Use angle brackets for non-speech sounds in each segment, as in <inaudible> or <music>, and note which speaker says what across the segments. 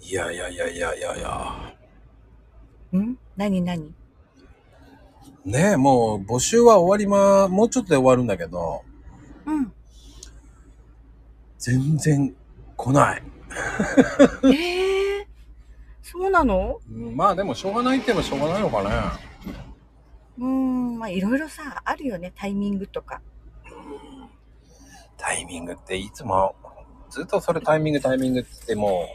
Speaker 1: いやいやいやいやいやいや。
Speaker 2: ん何何
Speaker 1: ねえ、もう募集は終わりま、もうちょっとで終わるんだけど、
Speaker 2: うん。
Speaker 1: 全然来ない。
Speaker 2: <laughs> ええそうなの
Speaker 1: うんまあでもしょうがないって言えばしょうがないのかね。
Speaker 2: うーん、まあいろいろさ、あるよね、タイミングとか。
Speaker 1: タイミングっていつも、ずっとそれタイミングタイミングって言っても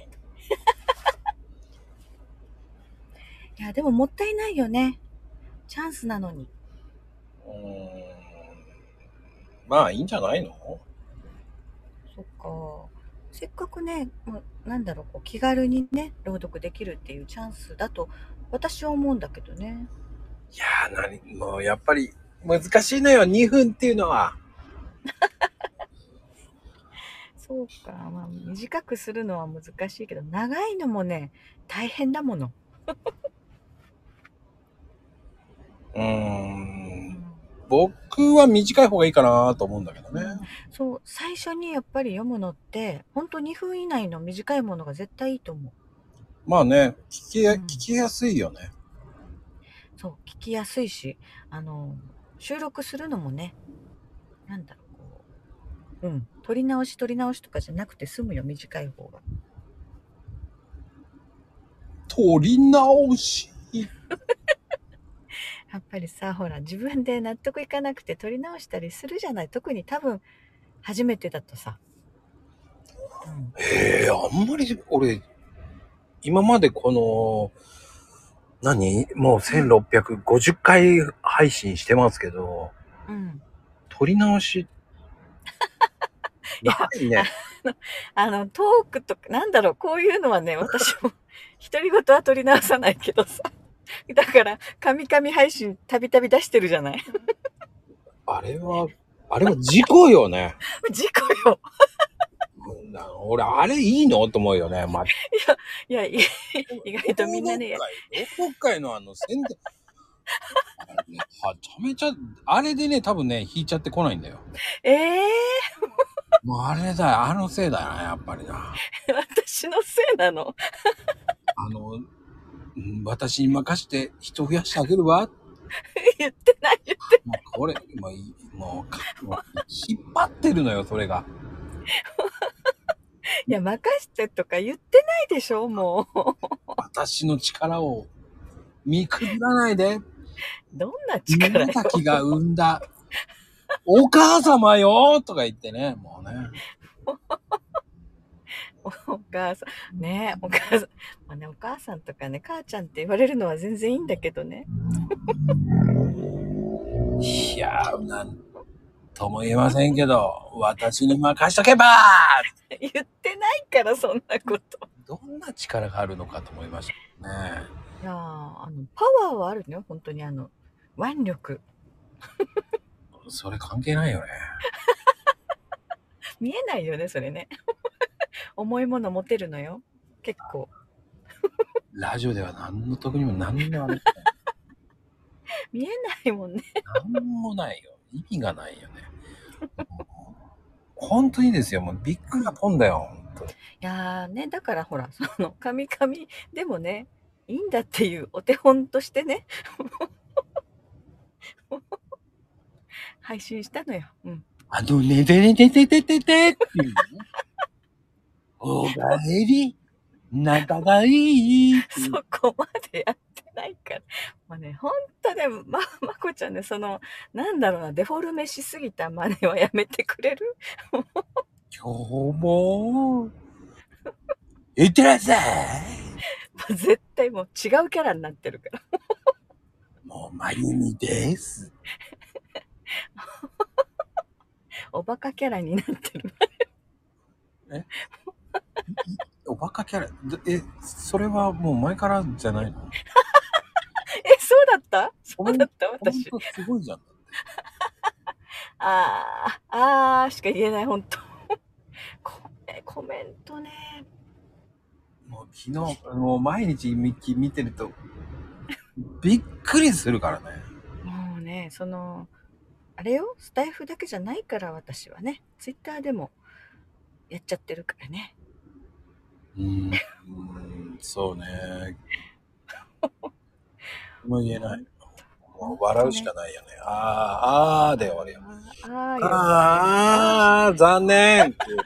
Speaker 2: いや、でももったいないよね。チャンスなのに。
Speaker 1: う、うーん、まあいいんじゃないの
Speaker 2: そっか。せっかくね、もうなんだろう、こう気軽にね、朗読できるっていうチャンスだと私は思うんだけどね。
Speaker 1: いやー、なに、もうやっぱり難しいのよ、2分っていうのは。
Speaker 2: そうか、まあ短くするのは難しいけど、長いのもね、大変だもの。
Speaker 1: うー、
Speaker 2: うんん
Speaker 1: 僕は短い方がいいかなと思うんだけどね。
Speaker 2: そう、最初にやっぱり読むのって、ほんと2分以内の短いものが絶対いいと思う。
Speaker 1: まあね、聞きや、
Speaker 2: うん
Speaker 1: 聞きやすいよね。
Speaker 2: そう、聞きやすいし、あの、収録するのもね、なんだろう、こう、うん、撮り直し撮り直しとかじゃなくて済むよ、短い方が。
Speaker 1: 取り直し。
Speaker 2: やっぱりさ、ほら、自分で納得いかなくて撮り直したりするじゃない。特に多分、初めてだとさ。うん、
Speaker 1: ええあんまり俺、今までこの、何もう1650回配信してますけど、
Speaker 2: うん。
Speaker 1: 撮り直し。
Speaker 2: や
Speaker 1: ないね。
Speaker 2: あの、トークとか、なんだろう、こういうのはね、私も、 <laughs> 独り言は取り直さないけどさ。だから、カミカミ配信、たびたび出してるじゃない。 <laughs>
Speaker 1: あれは、あれは事故よね。 <laughs>
Speaker 2: 事故よ。
Speaker 1: な俺、あれいいのと思うよね。まあ、
Speaker 2: いや、い意外とみんな
Speaker 1: <laughs>
Speaker 2: ね、や
Speaker 1: 報告会のあの宣伝。あれねはちゃめちゃ、あれでね、多分ね、引いちゃってこないんだよ。
Speaker 2: ええ
Speaker 1: もうあれだよ、あのせいだよな、やっぱりな。
Speaker 2: ー、私のせいなの。 <laughs>
Speaker 1: あの、うん私に任して人増やしてあげるわ。
Speaker 2: 言ってないよ。
Speaker 1: もうこれ、もうい、もうか、もう引っ張ってるのよ、それが。
Speaker 2: いや、任してとか言ってないでしょ、もう。
Speaker 1: 私の力を見くびらないで。
Speaker 2: どんな力
Speaker 1: 宮
Speaker 2: よ。
Speaker 1: 崎が生んだ、お母様よとか言ってね、もうね。
Speaker 2: お母さん。ねえ、お母さん。まあね、お母さんとかね、母ちゃんって言われるのは全然いいんだけどね。
Speaker 1: いやー、なんとも言えませんけど、私に任しとけば
Speaker 2: 言ってないから、そんなこと。
Speaker 1: どんな力があるのかと思いましたね。
Speaker 2: いやーあの、パワーはあるね、本当にあの、腕力。
Speaker 1: それ関係ないよね。
Speaker 2: 見えないよね、それね。 <laughs> 重いもの持てるのよ。結構。
Speaker 1: ラジオでは何の得にも何のあれ、
Speaker 2: 見えないもんね。
Speaker 1: 何もないよ。意味がないよね。本当にですよ。もうびっくりなポンだよ。本当に
Speaker 2: いやーね、だからほら、その、カミカミでもね、いいんだっていうお手本としてね、 <laughs> 配信したのよ。うん。
Speaker 1: あの、ねてねてててててっていうね。おかえり、仲がいいっていう。
Speaker 2: そこまでやってないから。まあね、ほんとね、ま、まこちゃんね、その、なんだろうな、デフォルメしすぎた真似はやめてくれる
Speaker 1: 今日も、いってらっしゃい
Speaker 2: もう絶対もう違うキャラになってるから。
Speaker 1: もう、まゆみです。
Speaker 2: おバカキャラになってる。 <laughs>
Speaker 1: おバカキャラ、どえ、それはもう前からじゃないの
Speaker 2: え、そうだったそうだった
Speaker 1: 本
Speaker 2: 私。
Speaker 1: 当すごいじゃん。
Speaker 2: あー、あーしか言えない、ほんと。 <laughs> コメコメントね。
Speaker 1: もう昨日、もう毎日見見てると、びっくりするからね。
Speaker 2: もうね、その、あれよ、スタイフだけじゃないから私はね、ツイッターでもやっちゃってるからね。
Speaker 1: うん。そうね。もう言えない。もう笑うしかないよね。あー、あーで終わるよ。
Speaker 2: あー
Speaker 1: あ
Speaker 2: あ
Speaker 1: ー、あー、残念っていう
Speaker 2: ー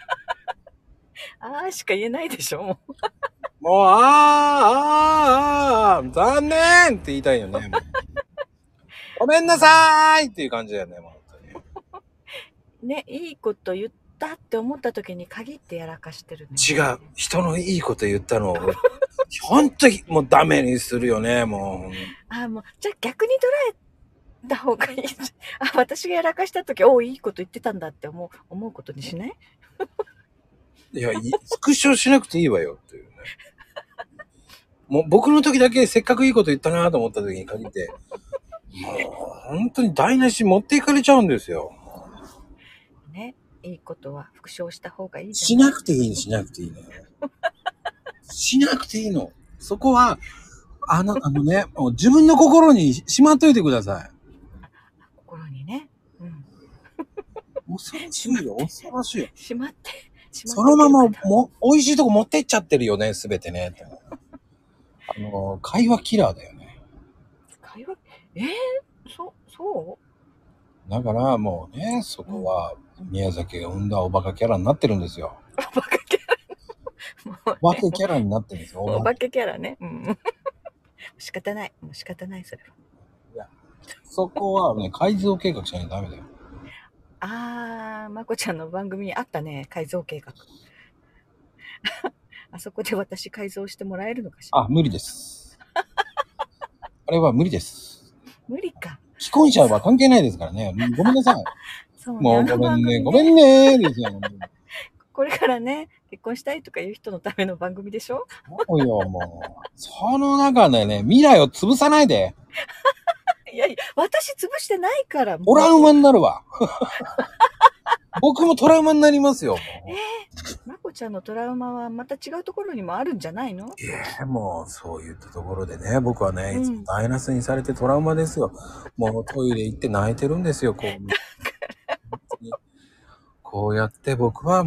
Speaker 2: あーしか言えないでしょもう
Speaker 1: もう、あー、あー、あー、残念って言いたいよね。もうごめんなさーいっていう感じだよね、もう本当に。
Speaker 2: ねいいこと言ったって思った時に限ってやらかしてるね
Speaker 1: 違う人のいいこと言ったのを本当にもうダメにするよねもう
Speaker 2: あーもうじゃあ逆に捉えた方がいいじゃんあ私がやらかした時おおいいこと言ってたんだって思う思うことにしない
Speaker 1: いやいスクショしなくていいわよっていうねもう僕の時だけせっかくいいこと言ったなと思った時に限ってもう本当に台無し持っていかれちゃうんですよ
Speaker 2: ねいいことは復唱した方がいいじ
Speaker 1: し
Speaker 2: ゃない
Speaker 1: なくていいしなくていいねしなくていいのそこはあのあのねもう自分の心にしまっといてください
Speaker 2: 心にね、うん、
Speaker 1: 恐ろしいよ恐ろしいよ
Speaker 2: しまってしまって
Speaker 1: そのままも、美味しいとこ持ってっちゃってるよね、すべてね。あの、会話キラーだよね。
Speaker 2: 会話えー、そそう
Speaker 1: だからもうね、そこは宮崎が生んだおバカキャラになってるんですよ。
Speaker 2: バカキャラ。も
Speaker 1: お
Speaker 2: う
Speaker 1: バカキャラになってるんですよ。
Speaker 2: <laughs> お化けキャラね。うん。 <laughs> 仕方ない。もう仕方ない、それは。
Speaker 1: そこはね、改造計画しないとダメだよ。
Speaker 2: あー、まこちゃんの番組にあったね、改造計画。 <laughs> あそこで私改造してもらえるのかしら。
Speaker 1: あ、無理です。あれは無理です。
Speaker 2: 無理か。
Speaker 1: 既婚者は関係ないですからね。ごめんな
Speaker 2: <laughs>
Speaker 1: さい。
Speaker 2: そうね。
Speaker 1: も
Speaker 2: あ
Speaker 1: う
Speaker 2: の
Speaker 1: ごめんね、
Speaker 2: 番組
Speaker 1: ごめんねですよ。
Speaker 2: これからね、結婚したいとかいう人のための番組でしょ
Speaker 1: そうよ、もう。その中でね、未来を潰さないで。
Speaker 2: いやいや、私潰してないから。
Speaker 1: トラウ
Speaker 2: マ。
Speaker 1: マになるわ。僕もトラウマになりますよ。
Speaker 2: まこちゃんのトラウマはまた違うところにもあるんじゃないの
Speaker 1: いや、もうそういったところでね、僕はね、
Speaker 2: うん
Speaker 1: いつもマイナスにされてトラウマですよ。もうトイレ行って泣いてるんですよ、
Speaker 2: <laughs>
Speaker 1: こう。本当にこうやって僕は、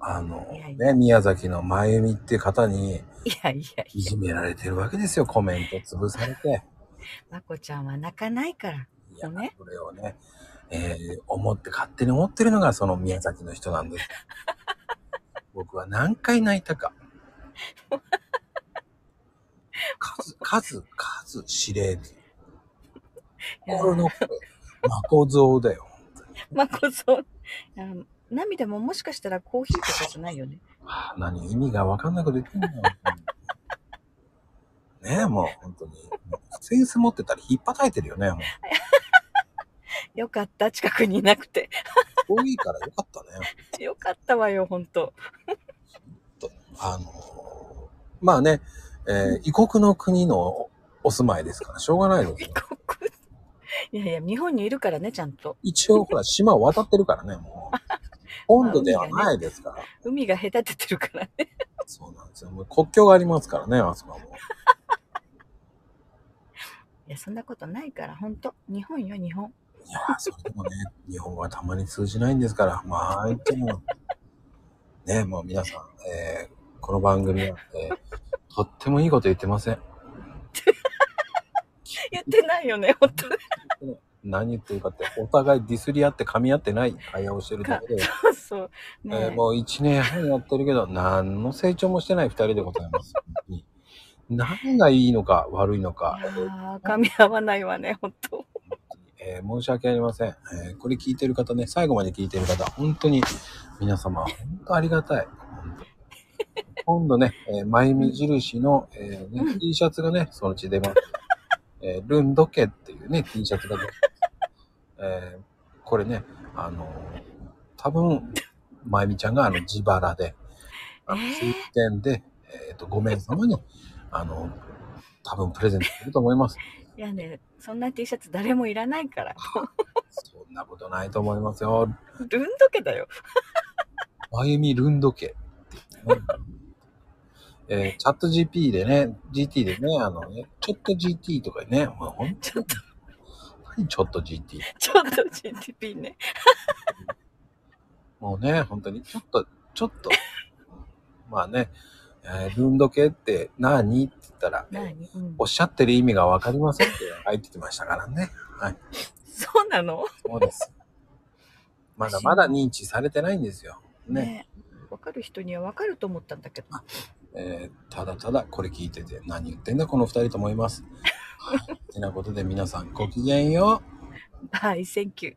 Speaker 1: あの、
Speaker 2: いやいや
Speaker 1: ね、宮崎のまゆみっていう方に
Speaker 2: いやいや
Speaker 1: い
Speaker 2: いや、
Speaker 1: じめられてるわけですよ、コメント潰されて。
Speaker 2: まこちゃんは泣かないから。
Speaker 1: いや、
Speaker 2: ね
Speaker 1: これをね、えー思って、勝手に思ってるのがその宮崎の人なんです。僕は何回泣いたか。数、数、数知れず。心の声、まこぞうだよ。
Speaker 2: まこそ、あ涙ももしかしたらコーヒーとかじゃないよね。
Speaker 1: はあ何意味がわかんなく言ってんのよ。ねえ、もう本当に。もうセンス持ってたら引っ叩いてるよね。もう
Speaker 2: よかった、近くにいなくて。
Speaker 1: 遠いからよかったね。
Speaker 2: よかったわよ、ほんと。
Speaker 1: あのーまあね、えー異国の国のお住まいですから、しょうがないです
Speaker 2: <laughs> 異
Speaker 1: よ。
Speaker 2: 国。いやいや、日本にいるからね、ちゃんと。
Speaker 1: 一応、ほら、島を渡ってるからね、もう。本土ではないですから。
Speaker 2: 海が隔ててるからね。 <laughs>
Speaker 1: そうなんですよ。もう国境がありますからね、あそこはもう。
Speaker 2: いや、そんなことないから、ほんと。日本よ、日本。
Speaker 1: いやー、それでもね、日本語はたまに通じないんですから、まあ、ああ言っても、ね、もう皆さん、えーこの番組は、えーとってもいいこと言ってません。
Speaker 2: 言ってないよね、ほんと。
Speaker 1: 何言ってるかって、お互いディスり合って噛み合ってない会話をしてるだけで。
Speaker 2: そう <laughs> そう。ねえ
Speaker 1: えーもう1年半やってるけど、何の成長もしてない2人でございます。本当に何がいいのか悪いのか、
Speaker 2: あー噛み合わないわね、ほんと。
Speaker 1: えー申し訳ありません、えーこれ聞いてる方ね、最後まで聞いてる方、本当に皆様、本当ありがたい。本当今度ね、えー、まゆみ印の、えーね T シャツがね、そのうち出ます。えールンドケっていうね、T シャツが出ます。えーこれね、あのー多分、まゆみちゃんがあの自腹で、あの、
Speaker 2: えー
Speaker 1: 推薦で、えっ、と、5名様に、あの、多分プレゼントすると思います。
Speaker 2: いやね、そんな T シャツ誰もいらないから。
Speaker 1: そんなことないと思いますよ。
Speaker 2: ルンドケだよ。
Speaker 1: まゆみルンド家って
Speaker 2: <laughs>
Speaker 1: いうね。えーチャット GP でね、GT でね、あのね、ちょっと GT とかね、まあ、ほん
Speaker 2: ちょっと、
Speaker 1: にちょっと GT。
Speaker 2: ちょっと GTP ね。
Speaker 1: もうね、本当にちょっと、ちょっと。まあね、えー分度計って何って言ったら、えー
Speaker 2: 何、うん
Speaker 1: おっしゃってる意味がわかりませんって入ってきましたからね。
Speaker 2: そうなの
Speaker 1: そう
Speaker 2: <laughs>
Speaker 1: です。まだまだ認知されてないんですよ。ね。
Speaker 2: ねわかる人にはわかると思ったんだけど。
Speaker 1: えーただただこれ聞いてて、何言ってんだこの二人と思います。はい。てなことで皆さんごきげんよう。
Speaker 2: はい、センキュー。